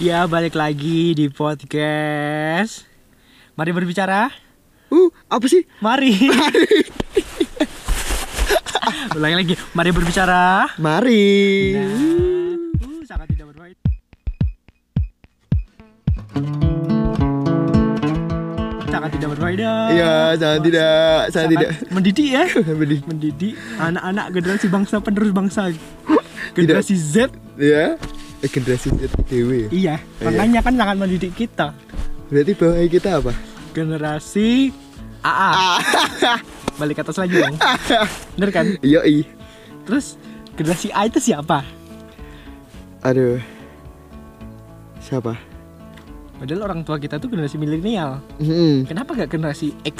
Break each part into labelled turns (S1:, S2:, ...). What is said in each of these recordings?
S1: Ya balik lagi di podcast Mari berbicara
S2: Uh, apa sih?
S1: Mari Ulangi lagi Mari berbicara
S2: Mari.
S1: Nah, uh, sangat tidak berbaik Sangat tidak berbeda
S2: Iya, saya tidak, saya tidak.
S1: Mendidik ya
S2: Pedih.
S1: Mendidik anak-anak generasi bangsa penerus bangsa Generasi Z
S2: Ya. Eh, Generasi Z dewe.
S1: Iya Makanya kan sangat mendidik kita
S2: Berarti bawahnya kita apa?
S1: generasi
S2: Ah.
S1: AA. Balik ke atas lagi dong. Bener kan?
S2: Iya, i.
S1: Terus generasi A itu siapa?
S2: Aduh. Siapa?
S1: Padahal orang tua kita tuh generasi milenial.
S2: Hmm,
S1: Kenapa gak generasi X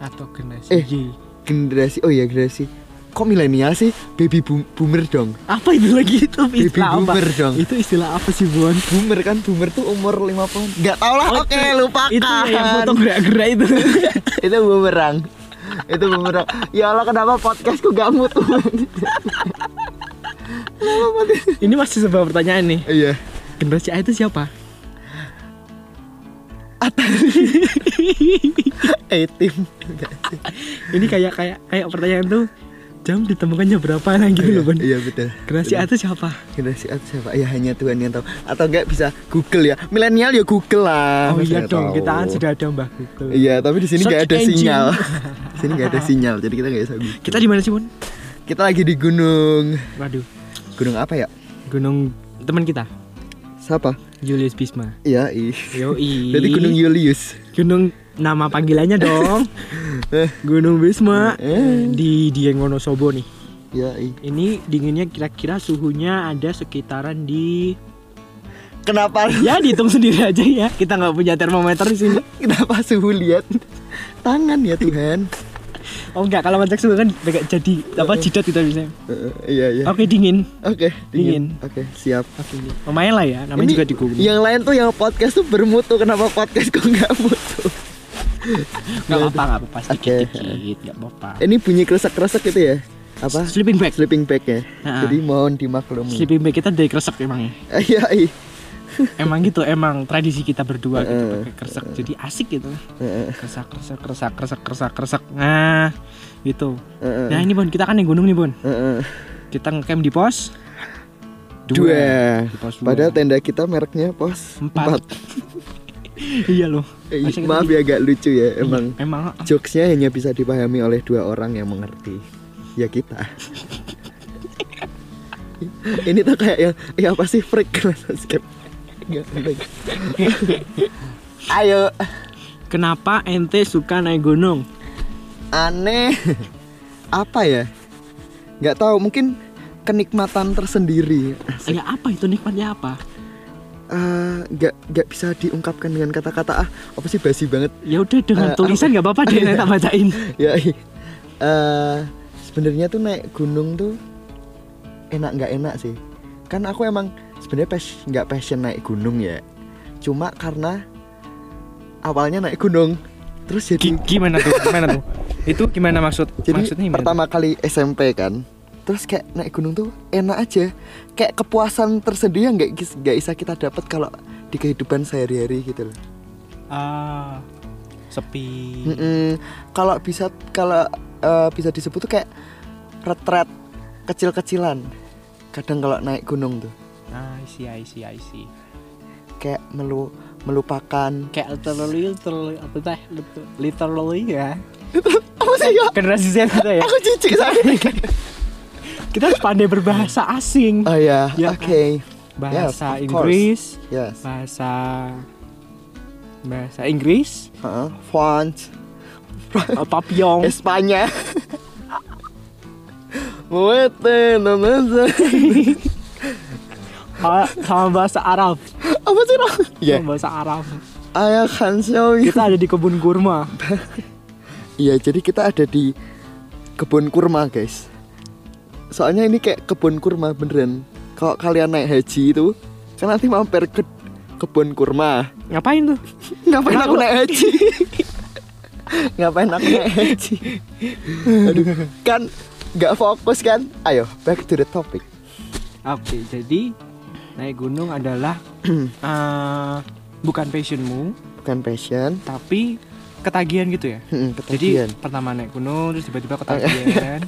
S1: atau generasi
S2: Eh.
S1: Y?
S2: generasi oh ya generasi. Kok milenial sih? Baby boom- boomer dong.
S1: Apa itu lagi itu
S2: Baby
S1: istilah apa?
S2: boomer dong.
S1: Itu istilah apa sih Buan?
S2: Boomer kan boomer tuh umur 50. Enggak tahu lah.
S1: Oh,
S2: Oke,
S1: itu-
S2: lupakan.
S1: Itu yang foto gerak-gerak itu.
S2: itu bumerang itu bumerang ya Allah kenapa podcastku gak mutu
S1: Ini masih sebuah pertanyaan nih.
S2: iya
S1: Generasi A itu siapa?
S2: etim
S1: Eh, Ini kayak kayak kayak pertanyaan tuh jam ditemukannya berapa nah gitu loh Bun.
S2: iya betul
S1: Generasi A itu siapa?
S2: generasi apa siapa ya hanya Tuhan yang tahu atau enggak bisa Google ya milenial ya Google lah
S1: Oh
S2: Masa
S1: iya
S2: nggak
S1: dong,
S2: tahu.
S1: kita kan sudah ada Mbah Google.
S2: iya tapi di sini nggak
S1: Search
S2: ada
S1: engine.
S2: sinyal di sini nggak ada sinyal jadi kita nggak bisa Google.
S1: Kita di mana sih, Bun?
S2: kita lagi di gunung
S1: Waduh,
S2: gunung apa ya
S1: gunung teman kita,
S2: siapa
S1: Julius Bisma.
S2: iya ih
S1: Yoi.
S2: berarti gunung Julius
S1: Gunung nama panggilannya dong. gunung Bisma
S2: Eh.
S1: di Dieng Wonosobo nih.
S2: iya ih
S1: Ini dinginnya kira-kira suhunya ada sekitaran di
S2: kenapa
S1: ya dihitung sendiri aja ya. Kita nggak punya termometer di sini.
S2: kenapa suhu lihat tangan ya Tuhan
S1: Oh enggak, kalau ngecek suhu kan pakai jadi apa jidat kita bisa.
S2: Eh, iya iya
S1: Oke, dingin.
S2: Oke,
S1: Dingin.
S2: dingin. Oke, siap.
S1: Oke, lumayan lah ya. Namanya
S2: Ini iya.
S1: juga di Google.
S2: Yang lain tuh yang podcast tuh bermutu. Kenapa podcast kok nggak mutu?
S1: Nggak apa-apa, nggak apa-apa. Sedikit-sedikit,
S2: Oke.
S1: nggak apa-apa.
S2: Ini bunyi kresek-kresek gitu ya? Apa?
S1: Sleeping bag.
S2: Sleeping bag ya.
S1: Ha-ha.
S2: Jadi mohon dimaklumi.
S1: Sleeping bag kita dari kresek emang ya.
S2: Iya, iya.
S1: Emang gitu, emang tradisi kita berdua gitu
S2: Heeh.
S1: pakai kresek. Jadi asik gitu.
S2: Heeh.
S1: Kresek, kresek, kresek, kresek, kresek, kresek. Nah, gitu.
S2: Heeh.
S1: Nah, ini Bon, kita kan di gunung nih, Bon.
S2: Heeh.
S1: Kita ngecamp di pos
S2: Dua.
S1: Di pos dua.
S2: Padahal tenda kita mereknya pos
S1: Empat. iya loh.
S2: Eh,
S1: Masa kita
S2: maaf
S1: di-
S2: ya agak lucu
S1: Iya.
S2: ya emang.
S1: Emang
S2: Jokesnya hanya bisa dipahami oleh dua orang yang mengerti. Ya kita. Ini tuh kayak yang ya apa sih freak skip. Nggak penting. Ayo,
S1: kenapa ente suka naik gunung?
S2: aneh. Apa ya? Nggak tahu, mungkin kenikmatan tersendiri.
S1: Ya apa itu nikmatnya apa?
S2: Eh, nggak nggak bisa diungkapkan dengan kata-kata ah apa sih basi banget
S1: Ya udah dengan
S2: Eh,
S1: tulisan nggak apa-apa deh, nanti tak bacain.
S2: ya i- eh, sebenarnya tuh naik gunung tuh enak nggak enak sih kan aku emang sebenarnya pas- nggak passion naik gunung ya cuma karena awalnya naik gunung terus
S1: Gi-
S2: jadi
S1: Gimana tuh? Gimana tuh? Itu gimana maksud?
S2: jadi
S1: maksudnya gimana?
S2: pertama kali SMP kan terus kayak naik gunung tuh enak aja kayak kepuasan tersendiri yang nggak gis- nggak bisa kita dapat kalau di kehidupan sehari-hari gitu loh
S1: Ah, sepi.
S2: Mm-mm. Kalau bisa kalau eh, bisa disebut tuh kayak retret kecil-kecilan. Kadang kalau naik gunung tuh
S1: Ah, I see, I see, I see.
S2: kayak melu melupakan
S1: Kayak literally, literally, apa teh? Literally ya.
S2: apa sih ya?
S1: Generasi Z kita ya.
S2: Aku jijik saya.
S1: Kita harus pandai berbahasa asing.
S2: Oh ya,
S1: Ya,
S2: oke.
S1: Bahasa
S2: Yes, of course.
S1: Inggris,
S2: Yes.
S1: bahasa bahasa Inggris,
S2: Heeh. Font
S1: eh, Papillon.
S2: Espanya. Muete, no no, no.
S1: ah, sama bahasa Arab.
S2: Apa sih lo? Ya,
S1: Sama bahasa Arab.
S2: ayo kan show you.
S1: Kita ada di kebun kurma.
S2: Iya, jadi kita ada di kebun kurma, guys. Soalnya ini kayak kebun kurma beneran. Kalau kalian naik haji itu, kan nanti mampir ke kebun kurma.
S1: Ngapain tuh?
S2: Ngapain aku
S1: Kenapa?
S2: naik haji? Ngapain aku naik haji? Aduh, kan nggak fokus kan? Ayo, back to the topic.
S1: Oke, jadi Naik gunung adalah eh, bukan passionmu,
S2: bukan passion
S1: tapi ketagihan gitu ya.
S2: Hmm,
S1: Jadi
S2: ketagihan.
S1: pertama naik gunung terus tiba-tiba
S2: Oh, iya.
S1: ketagihan.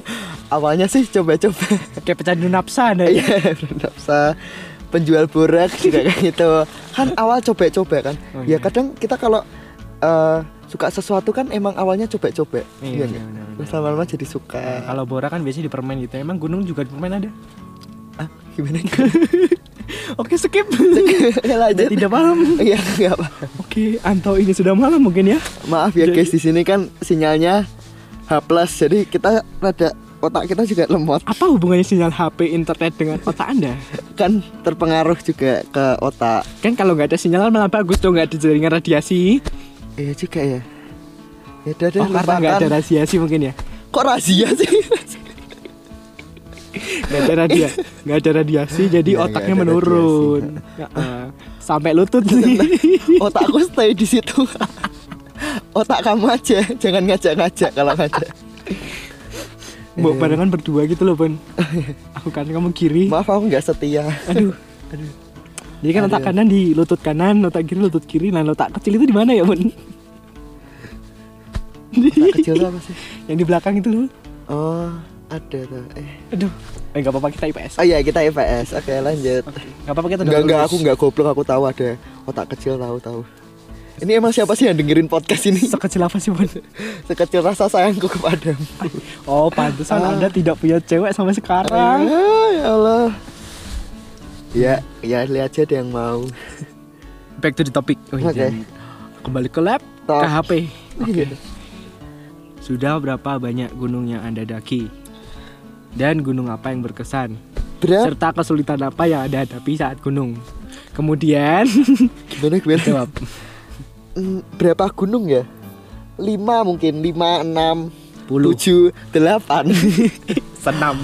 S2: awalnya sih coba-coba
S1: Kayak pecandu nafsa Anda ya.
S2: Iya, bernafsa penjual borak juga kayak gitu kan awal coba-coba kan
S1: Oh, iya.
S2: ya kadang kita kalau eh, suka sesuatu kan emang awalnya coba-coba
S1: Iya,
S2: nggak?
S1: benar-benar.
S2: terus lama-lama jadi suka
S1: Nah, kalau Bora kan biasanya dipermen gitu. Emang gunung juga dipermen ada?
S2: ah gimana
S1: Oke, skip.
S2: ya lanjut
S1: Tidak paham.
S2: iya nggak apa
S1: Oke, Anto ini sudah malam mungkin ya.
S2: maaf ya
S1: Jadi-
S2: guys di sini kan sinyalnya H plus jadi kita rada otak kita juga lemot
S1: Apa hubungannya sinyal HP internet dengan otak Anda?
S2: kan terpengaruh juga ke otak
S1: Kan kalau nggak ada sinyal malah bagus dong nggak ada jaringan radiasi.
S2: iya juga ya ya udah deh
S1: Oh, karena nggak ada
S2: lupakan.
S1: radiasi mungkin ya.
S2: kok razia sih
S1: Nggak ada radia, nggak ada radiasi, jadi
S2: Iya, nggak
S1: otaknya
S2: ada
S1: menurun. Heeh. sampai lutut nih.
S2: otakku stay di situ otak kamu aja jangan ngajak-ngajak kalau ngajak Iya.
S1: Mbok barengan berdua gitu loh, Bon. Aku kanan kamu kiri.
S2: maaf aku nggak setia
S1: Aduh, aduh. Jadi kan otak kanan di lutut kanan, otak kiri lutut kiri, nah otak kecil itu di mana ya, Bun?
S2: otak kecil tuh apa sih
S1: Yang di belakang itu loh.
S2: oh ada tuh eh
S1: Aduh, eh enggak apa-apa kita IPS.
S2: oh iya kita IPS oke lanjut
S1: Enggak apa-apa kita udah
S2: nggak nggak
S1: lulus.
S2: aku nggak goblok aku tahu ada otak kecil tahu tahu ini emang siapa sih yang dengerin podcast ini
S1: Sekecil apa sih, Bun?
S2: sekecil rasa sayangku kepadamu
S1: Oh, pantesan Anda tidak punya cewek sampai sekarang.
S2: Ah, ya Allah ya ya lihat aja ada yang mau
S1: Back to the topic. Wih,
S2: Oke.
S1: jadi Kembali ke lab,
S2: Top.
S1: ke HP. Oke. Sudah berapa banyak gunung yang Anda daki? Dan gunung apa yang berkesan?
S2: berat
S1: Serta kesulitan apa yang Anda hadapi saat gunung? Kemudian
S2: gimana gimana
S1: jawab.
S2: Mm, berapa gunung ya? 5 mungkin, 5, 6,
S1: Puluh.
S2: 7, 8
S1: Senam.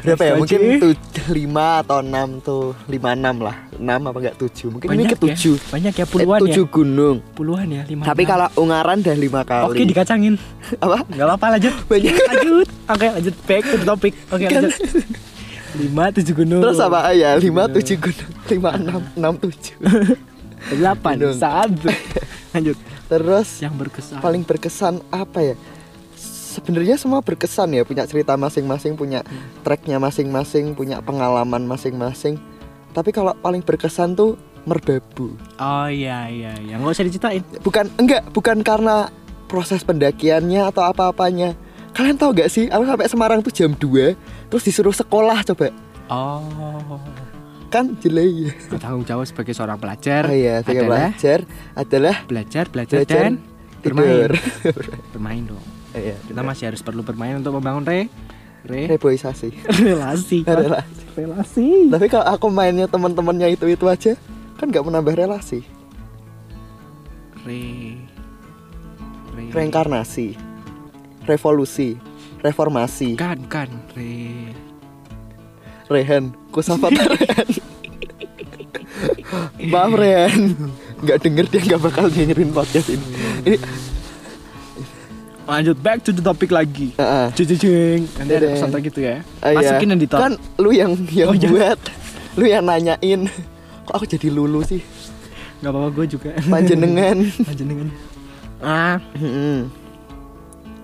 S2: Berapa ya?
S1: Next
S2: Mungkin
S1: lagi.
S2: 5 atau 6 tuh 5, 6 lah 6 apa enggak 7 Mungkin ini
S1: Banyak
S2: ke 7
S1: Ya? Banyak ya puluhan ya.
S2: 7 gunung
S1: Puluhan ya, lima.
S2: Tapi
S1: enam.
S2: kalau Ungaran udah 5 kali
S1: Oke dikacangin.
S2: Apa?
S1: Enggak apa-apa lanjut.
S2: Banyak.
S1: lanjut. Oke, lanjut back to the topic. Oke,
S2: Kan.
S1: lanjut. Lima tujuh gunung.
S2: Terus apa? Ah, Ya 5,
S1: Gunung.
S2: 7 gunung 5, 6, 6, 7
S1: Delapan.
S2: Gunung.
S1: Satu. Lanjut.
S2: Terus
S1: Yang berkesan.
S2: Ah. paling berkesan apa ya? Sebenarnya semua berkesan ya, punya cerita masing-masing, punya tracknya masing-masing, punya pengalaman masing-masing. Tapi kalau paling berkesan tuh merbabu.
S1: Oh iya iya iya. Enggak usah diceritain.
S2: Bukan enggak, bukan karena proses pendakiannya atau apa-apanya. Kalian tahu gak sih, aku sampai Semarang tuh jam 2 terus disuruh sekolah coba.
S1: Oh.
S2: Kan jelek.
S1: Tanggung jawab sebagai seorang pelajar
S2: Oh iya, saya
S1: adalah
S2: belajar adalah
S1: belajar, belajar,
S2: belajar
S1: dan
S2: tidur.
S1: bermain. Bermain dong.
S2: Iya,
S1: Kita masih harus perlu bermain untuk membangun re re
S2: reboisasi.
S1: relasi.
S2: Relasi.
S1: relasi.
S2: Tapi kalau aku mainnya teman-temannya itu-itu aja, kan nggak menambah relasi.
S1: Re re
S2: Hmm. Reinkarnasi, revolusi, reformasi,
S1: kan kan re
S2: Rehan, kusapata Rehan. Maaf Rehan, nggak denger dia nggak bakal dengerin podcast ini. Ini,
S1: lanjut back to the topic lagi
S2: Ah, ah.
S1: Jeng-jeng nanti ada
S2: Dedeng.
S1: pesan lagi tuh ya
S2: Ah, iya.
S1: masukin yang di top
S2: Kan lu yang yang
S1: Oh, iya.
S2: buat, lu yang nanyain. Kok aku jadi lulu sih,
S1: nggak apa-apa gue juga
S2: panjenengan.
S1: panjenengan ah
S2: Mm-mm.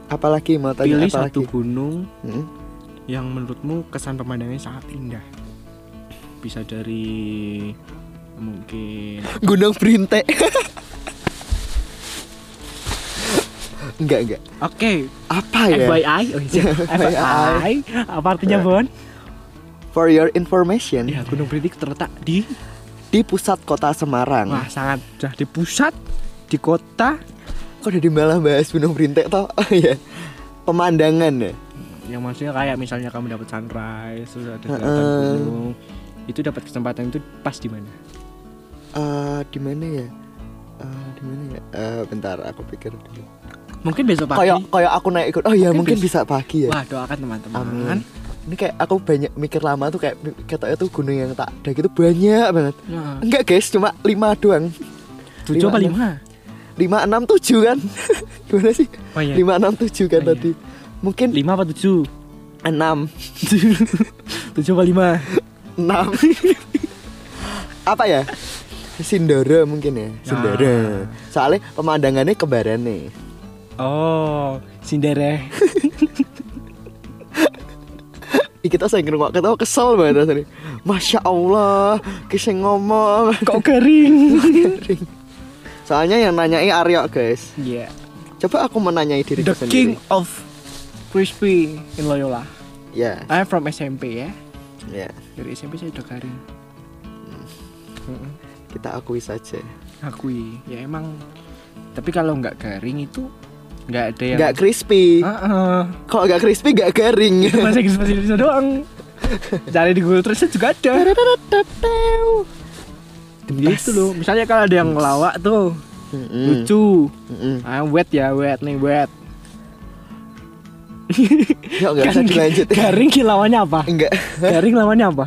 S2: apalagi mau tanya
S1: pilih
S2: apalagi? Hmm.
S1: satu gunung
S2: Mm-mm.
S1: yang menurutmu kesan pemandangannya sangat indah bisa dari mungkin
S2: Gunung Brintik. enggak enggak.
S1: oke
S2: Apa ya?
S1: FYI oh, iya. FYI apa artinya
S2: Iya.
S1: Bon
S2: For your information,
S1: ya Gunung Berintik terletak di
S2: di pusat kota Semarang.
S1: wah sangat sudah di pusat di kota
S2: Kok udah malah bahas Gunung Brintik toh? Oh iya. Pemandangan ya.
S1: yang maksudnya kayak misalnya kamu dapat sunrise terus ada kelihatan
S2: Heeh.
S1: gunung itu dapat kesempatan itu pas di mana
S2: Eh, di mana ya? Eh, di mana ya? Eh, bentar aku pikir dulu.
S1: mungkin besok pagi
S2: Kayak kayak aku naik ikut. Oh iya,
S1: Mungkin
S2: mungkin bisa pagi ya.
S1: wah doakan teman-teman
S2: Amin. Ini kayak aku banyak mikir lama tuh kayak katanya tuh gunung yang tak ada gitu banyak banget.
S1: Nah,
S2: Enggak guys, cuma 5 doang.
S1: tujuh apa lima
S2: 567 kan? Gimana sih?
S1: Oh, iya.
S2: 567 kan
S1: Oh, iya.
S2: tadi. Mungkin
S1: lima apa tujuh
S2: 6
S1: tujuh apa lima
S2: 6 apa ya Sindoro mungkin ya Sindoro
S1: Ah.
S2: soalnya pemandangannya kebaran nih
S1: Oh, Sindere.
S2: Ih, kita sering ngerokok ketawa kesel banget rasanya masya allah kisah ngomong
S1: Kok kering?
S2: soalnya yang nanyai Aryo guys
S1: Iya.
S2: coba aku menanyai diri
S1: The
S2: sendiri
S1: King of Crispy in Loyola.
S2: ya
S1: I'm from SMP ya.
S2: ya
S1: Dari SMP saya udah kering. Mm-mm.
S2: kita akui saja
S1: Akui. Ya emang. Tapi kalau nggak garing itu nggak ada yang.
S2: nggak crispy
S1: Heeh.
S2: kalau nggak crispy nggak garing
S1: Itu bahasa Inggris bahasa Indonesia doang. Cari di Google Translate juga ada. Gitu loh. Misalnya kalau ada yang ngelawak tuh
S2: Mm-mm.
S1: lucu.
S2: Mm-mm.
S1: Ah, wet ya, wet nih, wet.
S2: Yuk nggak usah
S1: Kan
S2: dilanjut
S1: Garing lawannya apa?
S2: Enggak
S1: Garing lawannya apa?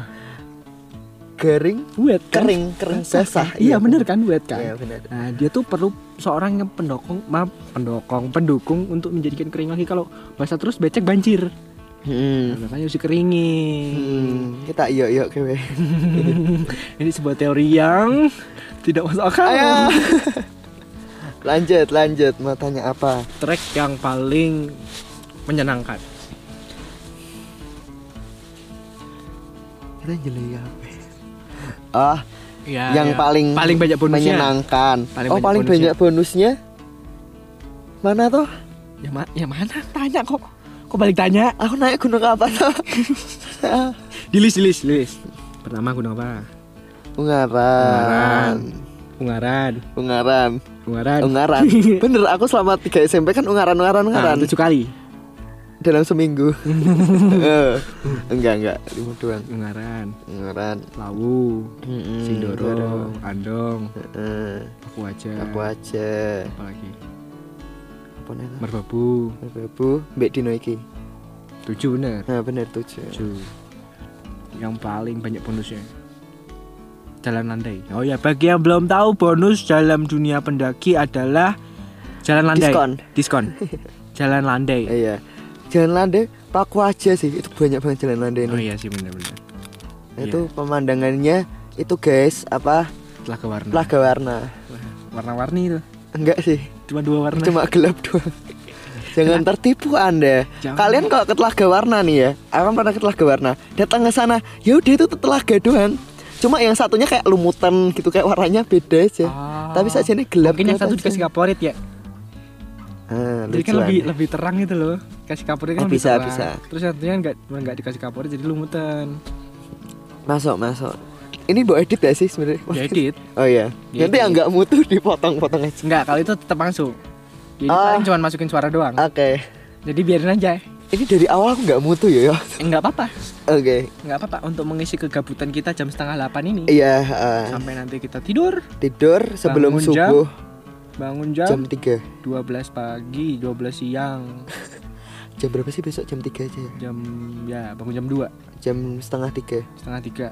S2: Garing
S1: Wet kan?
S2: Kering Kering basah
S1: Iya bener kan wet kan?
S2: Iya bener
S1: Nah, dia tuh perlu seorang yang pendukung, maaf, pendukung, pendukung untuk menjadikan kering lagi kalau basah terus becek banjir.
S2: Hmm.
S1: Nah, makanya harus dikeringi.
S2: Hmm, kita yuk yuk kewe.
S1: Ini sebuah teori yang tidak masuk akal.
S2: Ayo. lanjut lanjut mau tanya apa?
S1: Track yang paling menyenangkan.
S2: Kita jelek apa? Ah,
S1: Ya,
S2: yang
S1: ya.
S2: paling
S1: paling banyak bonusnya.
S2: menyenangkan.
S1: Paling
S2: oh,
S1: banyak
S2: paling
S1: bonusnya.
S2: banyak bonusnya. Mana toh?
S1: Ya, ma- ya mana? Tanya kok. Kok balik tanya?
S2: Aku naik gunung apa toh?
S1: Di list, di list, di list. Pertama gunung apa?
S2: Ungaran.
S1: Ungaran.
S2: Ungaran.
S1: Ungaran.
S2: Ungaran. Bener, aku selama 3 SMP kan ungaran ungaran
S1: Nah,
S2: ungaran
S1: tujuh kali.
S2: dalam seminggu. Eh, enggak enggak, lima doang.
S1: Ungaran,
S2: Ungaran.
S1: Lawu,
S2: Mm-mm,
S1: Sindoro, Andong,
S2: Heeh.
S1: aku aja.
S2: aku aja
S1: Apa lagi?
S2: apa nih lah?
S1: Merbabu.
S2: Merbabu Mbak Dino iki
S1: Tujuh bener.
S2: nah bener tujuh
S1: Tujuh. Yang paling banyak bonusnya. Jalan landai. Oh ya, bagi yang belum tahu bonus dalam dunia pendaki adalah jalan landai.
S2: Diskon.
S1: Diskon. jalan landai.
S2: Eh, iya jalan landai paku aja sih itu banyak banget jalan landai
S1: Oh
S2: ini
S1: iya sih bener-bener.
S2: itu pemandangannya itu guys apa
S1: Telaga warna.
S2: laga warna
S1: Warna-warni itu.
S2: enggak sih
S1: Cuma dua warna.
S2: cuma gelap doang jangan tertipu anda
S1: Jangan.
S2: kalian kalau ke telaga warna nih ya akan pernah ke telaga warna datang ke sana ya udah itu telaga doang cuma yang satunya kayak lumutan gitu kayak warnanya beda aja
S1: Ah.
S2: tapi saja ini gelap
S1: Mungkin yang satu dikasih
S2: dikasih
S1: kaporit ya.
S2: ah,
S1: Jadi kan
S2: lucuan.
S1: lebih lebih terang gitu loh. Kasih kaporit kan
S2: Oh,
S1: lebih
S2: bisa,
S1: terang.
S2: bisa.
S1: Terus nantinya nggak cuma nggak dikasih kaporit jadi lumutan.
S2: Masuk, masuk. Ini buat edit ya sih sebenarnya?
S1: Diedit.
S2: Oh iya.
S1: Diedit.
S2: Nanti yang nggak mutu dipotong-potong aja.
S1: Nggak, kalau itu tetap masuk. Jadi
S2: Ah.
S1: paling cuma masukin suara doang.
S2: Oke.
S1: Jadi biarin aja.
S2: Ini dari awal aku nggak mutu ya.
S1: Eh,
S2: Yos?
S1: Nggak apa-apa.
S2: Oke.
S1: Nggak apa-apa untuk mengisi kegabutan kita jam setengah delapan ini.
S2: Iya. eh,
S1: Sampai nanti kita tidur,
S2: tidur sebelum
S1: Bangun jam
S2: subuh
S1: bangun
S2: jam
S1: jam,
S2: 3
S1: 12 pagi, 12 siang,
S2: Jam berapa sih besok? Jam 3 aja ya?
S1: jam ya bangun jam 2,
S2: Jam setengah tiga
S1: setengah tiga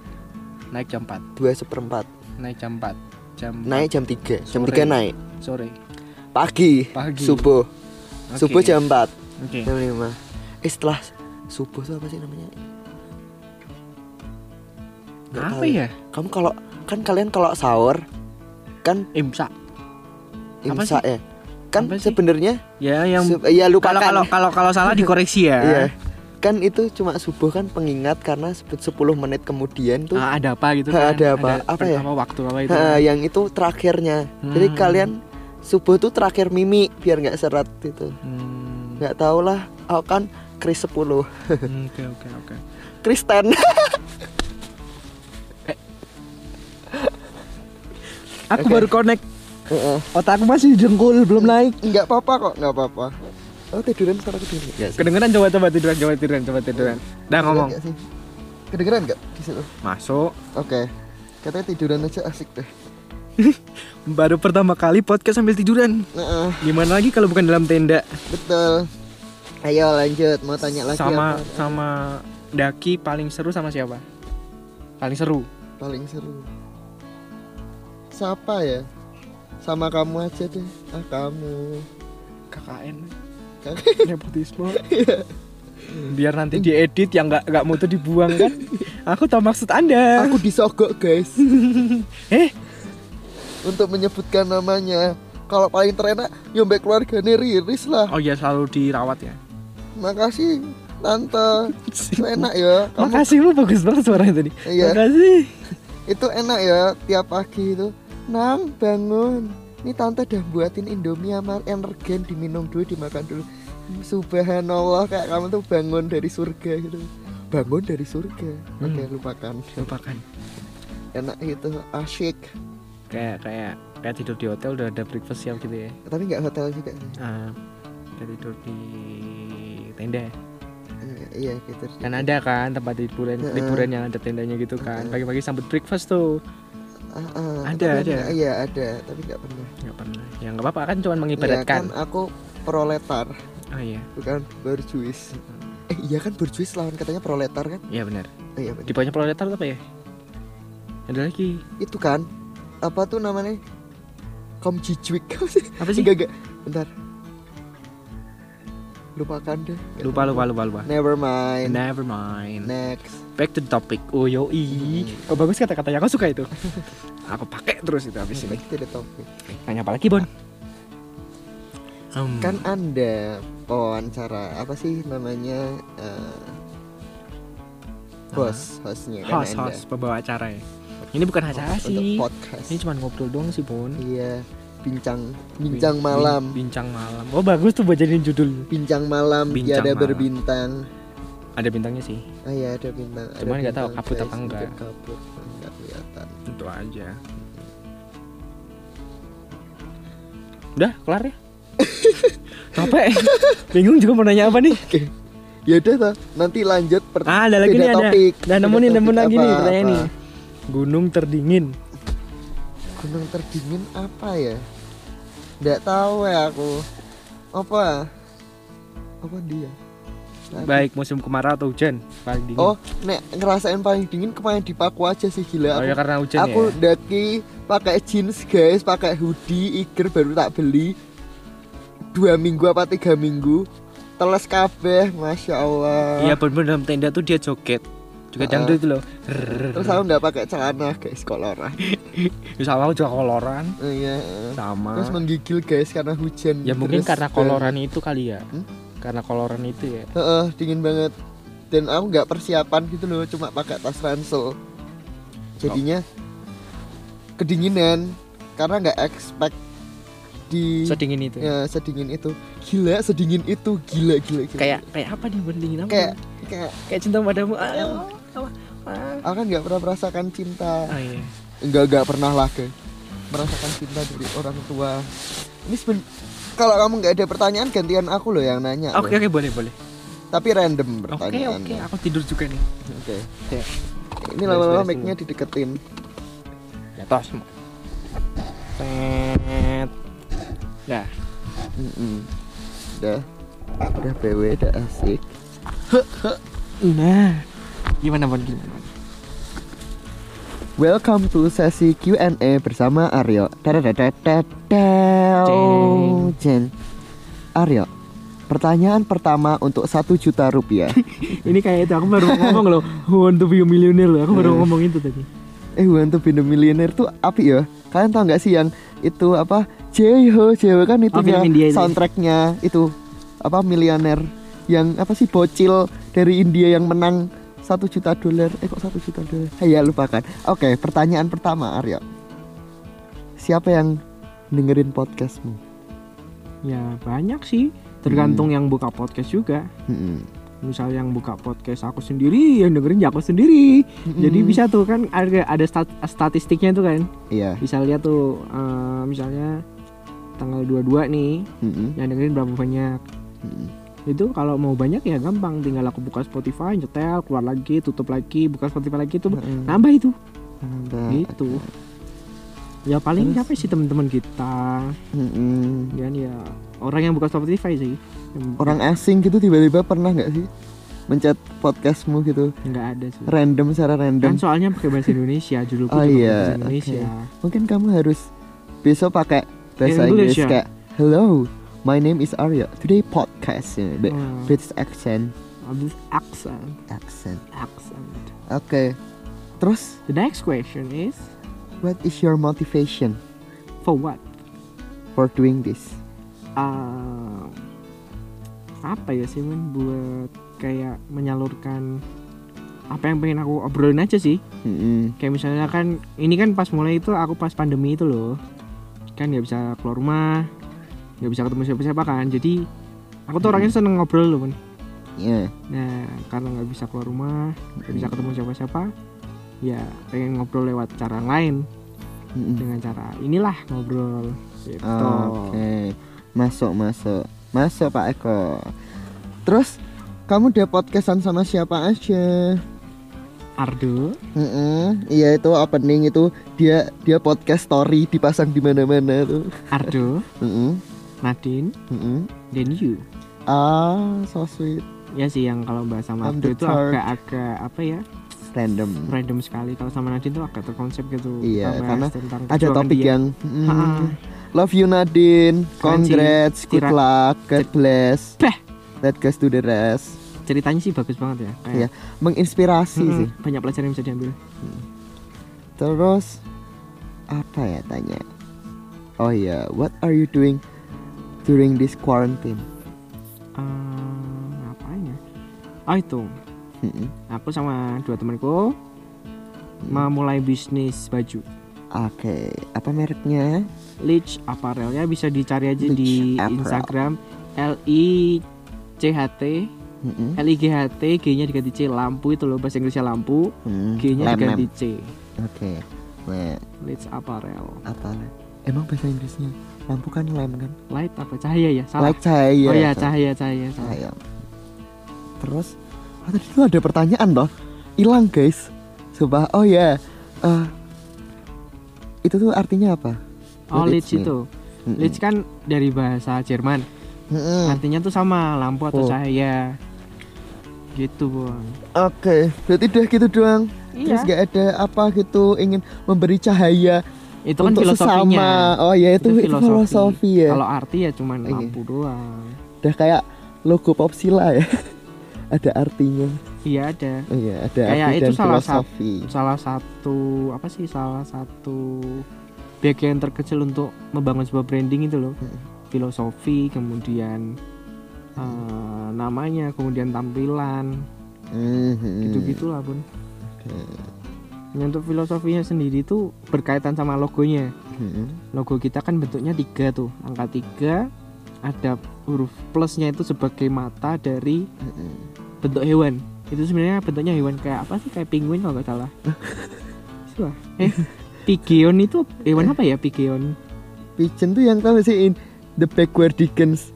S1: naik jam 4,
S2: Dua seperempat
S1: naik jam 4, jam
S2: Naik jam 3 Jam
S1: Sore.
S2: 3 naik
S1: sore.
S2: Pagi,
S1: Pagi.
S2: Subuh
S1: Oke.
S2: Subuh jam 4
S1: Oke.
S2: Jam 5 Eh setelah subuh tuh apa sih namanya? Nggak
S1: Apa
S2: tahu.
S1: ya?
S2: Kamu kalau Kan kalian kalau sahur Kan
S1: Imsak. Apa
S2: imsak ya kan
S1: Apa sih?
S2: sebenarnya
S1: Ya yang
S2: se- ya lupakan
S1: kalau kalau kalau kalau salah dikoreksi ya.
S2: Iya. kan itu cuma subuh kan pengingat karena sep- 10 menit kemudian tuh
S1: Ah, ada apa gitu kan?
S2: Ha, ada apa? Apa ya?
S1: waktu apa itu?
S2: ha, yang itu terakhirnya jadi
S1: Hmm.
S2: kalian subuh tuh terakhir mimi biar nggak seret itu
S1: Hmm,
S2: nggak tau lah aku kan Kris 10
S1: Oke oke oke.
S2: Kristen
S1: Aku
S2: Oke.
S1: baru connect.
S2: Heeh.
S1: Otakku masih jengkul belum naik.
S2: nggak apa-apa kok nggak apa-apa oh tiduran sekarang tiduran nggak sih
S1: Kedengeran coba coba tiduran coba tiduran coba tiduran. Dah Ya, ngomong.
S2: Nggak sih? kedengeran nggak di situ
S1: Masuk.
S2: oke katanya tiduran aja asik deh
S1: Baru pertama kali podcast sambil tiduran.
S2: Heeh.
S1: Gimana lagi kalau bukan dalam tenda
S2: Betul. Ayo lanjut, mau tanya lagi
S1: sama
S2: apa?
S1: sama daki paling seru sama siapa? Paling seru.
S2: paling seru. Siapa ya? Sama kamu aja deh. Ah, kamu.
S1: KKN.
S2: Kakak-
S1: Nepotisme. biar nanti diedit yang nggak nggak mau tuh dibuang kan aku tahu maksud anda
S2: Aku disogok guys
S1: eh
S2: untuk menyebutkan namanya. Kalau paling terenak, yombek keluarganya Riris lah.
S1: oh ya selalu dirawat ya
S2: Makasih tante, itu enak ya. Kamu
S1: makasih lu bagus banget suaranya tadi
S2: Iya.
S1: makasih
S2: itu enak ya tiap pagi itu. Nam bangun. Ini tante udah buatin Indomie sama energen diminum dulu dimakan dulu. Subhanallah kayak kamu tuh bangun dari surga gitu. Bangun dari surga.
S1: Hmm.
S2: Oke lupakan.
S1: lupakan
S2: Enak gitu asyik.
S1: kayak kayak kayak tidur di hotel udah ada breakfast siap gitu ya
S2: Tapi nggak hotel juga.
S1: Ah, kayak tidur di tenda
S2: Eh, Iya gitu.
S1: kan ada kan tempat liburan
S2: Heeh.
S1: liburan yang ada tendanya gitu kan pagi-pagi sambut breakfast tuh
S2: Ah, ah,
S1: Ada,
S2: tapi
S1: ada.
S2: nggak- Iya ada tapi nggak pernah.
S1: nggak pernah ya nggak apa-apa kan cuma
S2: Iya
S1: mengibaratkan
S2: kan aku proletar
S1: oh iya
S2: bukan berjuis.
S1: Hmm.
S2: Eh iya kan berjuis lawan katanya proletar kan?
S1: iya benar
S2: Eh, Iya bener.
S1: di banyak proletar apa ya ada lagi
S2: Itu kan apa tuh namanya? Kom jijwik
S1: apa sih
S2: Enggak enggak. Bentar. Lupakan deh.
S1: lupa lupa lupa lupa
S2: Never mind.
S1: never mind
S2: Next.
S1: back to the topic oh yoi
S2: Hmm.
S1: oh bagus kata-katanya aku suka itu aku pakai terus itu habis ini
S2: Back to the topic.
S1: nanya apa lagi bon Hmm,
S2: Kan Anda wawancara apa sih namanya? eh, host, hostnya kan
S1: host
S2: Anda.
S1: host pembawa acara ya ini bukan acara
S2: Host Oh, untuk
S1: sih
S2: podcast.
S1: ini cuma ngobrol doang sih bon
S2: Iya, bincang
S1: Bin-
S2: bincang
S1: bin-
S2: malam,
S1: bincang malam oh bagus tuh buat jadiin judul
S2: bincang malam
S1: Bincang
S2: tiada
S1: malam.
S2: berbintang.
S1: ada bintangnya sih
S2: Ah iya ada bintang. ada
S1: Cuman nggak tahu
S2: bintang,
S1: kabut
S2: guys.
S1: apa enggak.
S2: Mungkin Kabut enggak kelihatan.
S1: itu aja udah kelar ya capek bingung juga mau nanya apa nih
S2: Ya udah toh, nanti lanjut per
S1: ah ada lagi
S2: beda
S1: nih ada
S2: topik.
S1: dan
S2: Beda
S1: nemu nih
S2: topik
S1: nemu lagi nih
S2: apa-
S1: pertanyaan
S2: apa.
S1: nih gunung terdingin
S2: Gunung terdingin apa ya? Enggak tahu ya aku. Apa? Apa dia? Lagi.
S1: baik musim kemarau atau hujan paling dingin
S2: Oh, nek ngerasain paling dingin kemarin di Paku aja sih
S1: Oh,
S2: gila. aku
S1: ya karena hujan
S2: aku
S1: ya
S2: daki pakai jeans guys pakai hoodie iger baru tak beli dua minggu apa tiga minggu teles kabeh masya allah
S1: iya bener dalam tenda tuh dia joget joget
S2: Ah.
S1: dangdut itu loh
S2: terus aku nggak pakai celana guys koloran
S1: terus awal juga koloran
S2: iya
S1: sama
S2: terus menggigil guys karena hujan
S1: ya mungkin
S2: Terus
S1: karena
S2: dan-
S1: koloran itu kali ya
S2: Hmm?
S1: karena koloran itu ya
S2: Heeh, dingin banget dan aku nggak persiapan gitu loh cuma pakai tas ransel jadinya kedinginan karena nggak expect di
S1: sedingin itu
S2: ya sedingin itu gila sedingin itu gila gila, gila.
S1: kayak kayak apa nih Bon? dingin apa
S2: kayak Iya. kayak
S1: kayak cinta padamu ayo apa Ah.
S2: aku kan nggak pernah merasakan cinta
S1: Ah, iya.
S2: enggak enggak pernah lah guys merasakan cinta dari orang tua ini seben kalau kamu nggak ada pertanyaan gantian aku loh yang nanya
S1: oke
S2: loh.
S1: oke boleh boleh
S2: tapi random
S1: oke
S2: pertanyaan
S1: oke aku tidur juga nih
S2: Oke. ini lama-lama
S1: Beres-beres
S2: mic-nya dideketin
S1: ya tos Tet. nah
S2: Mm-mm. udah udah bw udah asik
S1: nah gimana bon gimana Bon?
S2: Welcome to sesi Q&A bersama Aryo.
S1: Ceng.
S2: Jen. Aryo, pertanyaan pertama untuk satu juta rupiah.
S1: ini kayak itu aku baru mau ngomong loh who want to be a millionaire loh aku baru mau ngomong itu tadi
S2: eh, want to be the millionaire tuh api ya. Kalian tau nggak sih yang itu apa? Jeho, Jeho kan itu
S1: film India itu. ya.
S2: soundtracknya itu apa milioner yang apa sih bocil dari India yang menang satu juta dolar eh kok satu juta dolar ya lupakan oke pertanyaan pertama Aryo siapa yang dengerin podcastmu
S1: ya banyak sih tergantung yang buka podcast juga
S2: Mm-mm.
S1: misal yang buka podcast aku sendiri yang dengerin ya aku sendiri jadi bisa tuh kan ada ada stat- statistiknya tuh kan
S2: Iya.
S1: bisa lihat tuh eh, misalnya tanggal 22 nih
S2: Mm-mm.
S1: yang dengerin berapa banyak
S2: Mm-mm.
S1: itu kalau mau banyak ya gampang tinggal aku buka Spotify nyetel keluar lagi tutup lagi buka Spotify lagi itu
S2: Mm-mm.
S1: nambah itu
S2: Nambah.
S1: gitu ya paling siapa sih teman-teman kita
S2: Mm-mm.
S1: dan ya orang yang buka Spotify sih
S2: Orang asing gitu tiba-tiba pernah nggak sih mencet podcastmu gitu
S1: nggak ada sih
S2: random secara
S1: kan
S2: random.
S1: soalnya pakai bahasa Indonesia judulku
S2: Oh
S1: juga pakai
S2: iya,
S1: bahasa Indonesia
S2: Mungkin kamu harus besok pakai bahasa
S1: English,
S2: Inggris
S1: ya?
S2: kayak Hello, my name is Arya. Today podcast ya,
S1: Hmm.
S2: British accent.
S1: Abdul Aksan.
S2: accent
S1: Aksan.
S2: oke terus
S1: The next question is
S2: what is your motivation
S1: for what?
S2: for doing this
S1: Ah, apa ya sih men buat kayak menyalurkan apa yang pengen aku obrolin aja sih
S2: Mm-mm.
S1: kayak misalnya kan ini kan pas mulai itu aku pas pandemi itu loh kan nggak bisa keluar rumah nggak bisa ketemu siapa-siapa kan jadi aku tuh orangnya seneng ngobrol loh men
S2: Iya.
S1: nah karena nggak bisa keluar rumah nggak bisa ketemu siapa-siapa ya pengen ngobrol lewat cara lain
S2: Mm-mm.
S1: dengan cara inilah ngobrol gitu
S2: Oke, masuk masuk masuk Pak Eko. Terus kamu udah podcastan sama siapa aja?
S1: Ardo
S2: Mm-mm, Iya itu opening itu dia dia podcast story dipasang di mana-mana tuh.
S1: Ardo
S2: Mm-mm,
S1: Nadine
S2: mm-mm.
S1: dan you
S2: Ah, so sweet,
S1: ya sih yang kalau bahas sama
S2: I'm
S1: Ardo
S2: the
S1: itu
S2: third.
S1: agak-agak apa ya
S2: random.
S1: random sekali kalau sama Nadine tuh agak terkonsep gitu Kita bahas
S2: Iya, karena
S1: tentang
S2: Ada
S1: kecurangan
S2: topik
S1: dia.
S2: yang mm,
S1: Ha-ha.
S2: love you Nadine,
S1: Keren sih.
S2: congrats, good
S1: Tirak.
S2: luck, God bless.
S1: Beh.
S2: That goes to the rest.
S1: ceritanya sih bagus banget ya kayak
S2: Iya, menginspirasi
S1: mm-mm,
S2: sih.
S1: banyak pelajaran yang bisa diambil
S2: Terus apa ya tanya? Oh iya, what are you doing during this quarantine?
S1: Eh, ngapain ya oh itu
S2: Mm-mm.
S1: aku sama dua temanku memulai bisnis baju
S2: Oke, apa mereknya?
S1: Leach Apparel ya bisa dicari aja
S2: Leach
S1: di
S2: Apparel.
S1: Instagram L I C H T
S2: Mm-mm.
S1: L I G H T G-nya diganti C lampu itu loh bahasa Inggrisnya lampu
S2: Mm,
S1: G-nya diganti
S2: lem-lem.
S1: C
S2: Oke, lem.
S1: Leach Apparel
S2: apa lem? Emang bahasa Inggrisnya lampu kan lem kan?
S1: Light apa cahaya ya salah
S2: Light cahaya.
S1: Oh ya
S2: Salah.
S1: cahaya cahaya salah
S2: Cahaya. Terus, oh, tadi tuh ada pertanyaan loh, hilang guys. Coba, oh ya, Eh, itu tuh artinya apa?
S1: Oh
S2: What
S1: Leach
S2: mean?
S1: itu
S2: Mm-mm.
S1: Leach kan dari bahasa Jerman
S2: Mm-mm.
S1: artinya tuh sama lampu atau
S2: Oh.
S1: cahaya gitu bang
S2: Oke, berarti udah gitu doang. Terus
S1: Iya.
S2: gak ada apa gitu ingin memberi cahaya
S1: itu kan
S2: untuk
S1: filosofinya
S2: sesama. Oh ya itu, itu filosofi. ya.
S1: kalau arti ya cuman
S2: Iya.
S1: lampu doang
S2: Udah kayak logo Popsila ya. ada artinya.
S1: iya ada
S2: Oh iya, ada
S1: Kayak
S2: arti
S1: itu
S2: dan
S1: salah satu-
S2: filosofi.
S1: salah satu apa sih salah satu bagian terkecil untuk membangun sebuah branding itu loh
S2: Mm.
S1: filosofi kemudian eh, namanya kemudian tampilan
S2: Mhm.
S1: gitu gitulah pun
S2: Oke.
S1: Nah, untuk filosofinya sendiri itu berkaitan sama logonya
S2: Mhm.
S1: logo kita kan bentuknya tiga tuh angka tiga ada huruf plusnya itu sebagai mata dari
S2: Mhm.
S1: bentuk hewan itu sebenarnya bentuknya hewan kayak apa sih kayak penguin kalau nggak salah Suah. eh pigeon itu hewan apa ya pigeon
S2: Pigeon tuh yang tahu sih in the backward Dickens.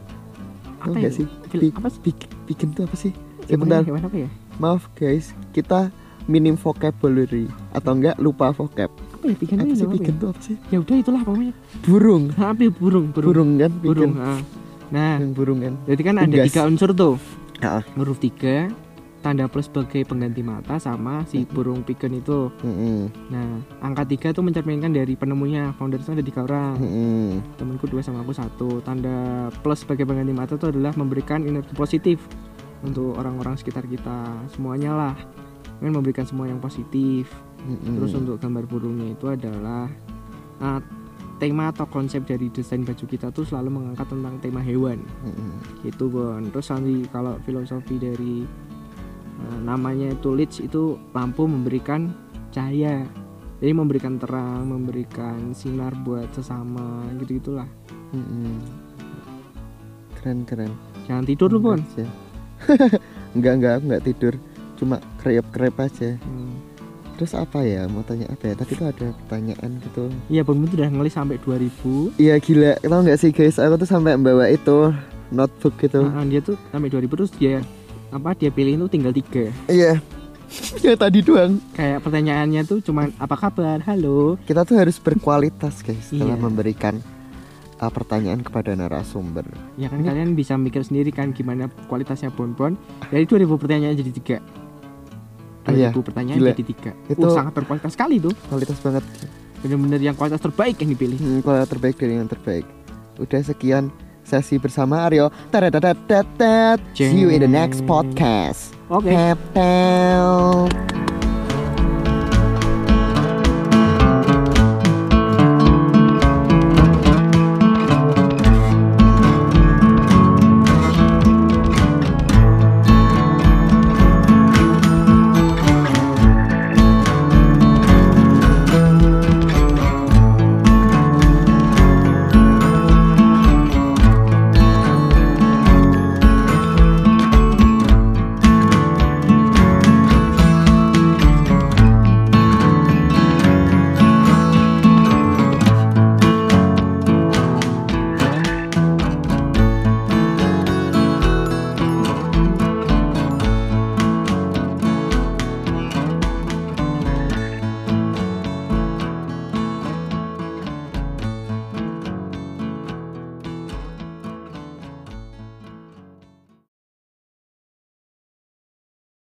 S1: apa
S2: Tahu nggak
S1: itu?
S2: sih?
S1: Fil-
S2: Pi-
S1: apa sih
S2: pi- Pigeon tuh apa sih?
S1: Emangnya
S2: Sebentar,
S1: hewan apa ya
S2: maaf guys, kita minim vocabulary atau enggak lupa vocab.
S1: apa ya pigeon
S2: Apa
S1: itu
S2: sih
S1: apa
S2: pigeon
S1: ya?
S2: tuh apa sih?
S1: ya udah itulah pokoknya
S2: Burung.
S1: apa ya, burung burung
S2: burung kan
S1: burung
S2: pigeon
S1: ah. nah
S2: yang burung kan Ah,
S1: jadi kan ada
S2: Unggas.
S1: tiga unsur tuh
S2: Heeh.
S1: huruf tiga tanda plus sebagai pengganti mata sama
S2: Hmm.
S1: si burung pigeon itu Nah, angka tiga itu mencerminkan dari penemunya founder itu ada tiga orang. Temanku dua sama aku satu. Tanda plus sebagai pengganti mata itu adalah memberikan energi positif untuk orang-orang sekitar kita semuanya lah. Kan memberikan semua yang positif. Terus
S2: Hmm.
S1: untuk gambar burungnya itu adalah ah, tema atau konsep dari desain baju kita tuh selalu mengangkat tentang tema hewan gitu Bon. Terus nanti kalau filosofi dari eh, namanya itu Leeds itu lampu memberikan cahaya. Jadi memberikan terang, memberikan sinar buat sesama gitu gitulah.
S2: keren keren
S1: Jangan tidur lu Bon.
S2: Aja. enggak enggak aku enggak tidur cuma krep krep aja
S1: Hmm.
S2: terus apa ya mau tanya apa ya tadi tuh ada pertanyaan gitu
S1: Iya Bon Bon udah ngelis sampai 2000.
S2: iya gila tau nggak sih guys aku tuh sampai membawa itu notebook gitu
S1: Nah, dia tuh sampai 2000 terus dia apa dia pilih itu tinggal tiga
S2: iya ya tadi doang
S1: kayak pertanyaannya tuh cuman apa kabar halo
S2: kita tuh harus berkualitas guys
S1: Iya.
S2: dalam memberikan uh, pertanyaan kepada narasumber
S1: ya
S2: Iya.
S1: kan kalian bisa mikir sendiri kan gimana kualitasnya bonbon dari 2000 pertanyaan jadi tiga 2000
S2: Iya,
S1: pertanyaan
S2: gila.
S1: jadi tiga
S2: Itu-
S1: Uh, sangat berkualitas sekali tuh
S2: kualitas banget
S1: bener-bener yang kualitas terbaik yang dipilih
S2: Hmm, kalau terbaik dari yang terbaik. Udah sekian sesi bersama Aryo. Tadadadadadat. See you in the next podcast.
S1: Oke.
S2: Tap, tap.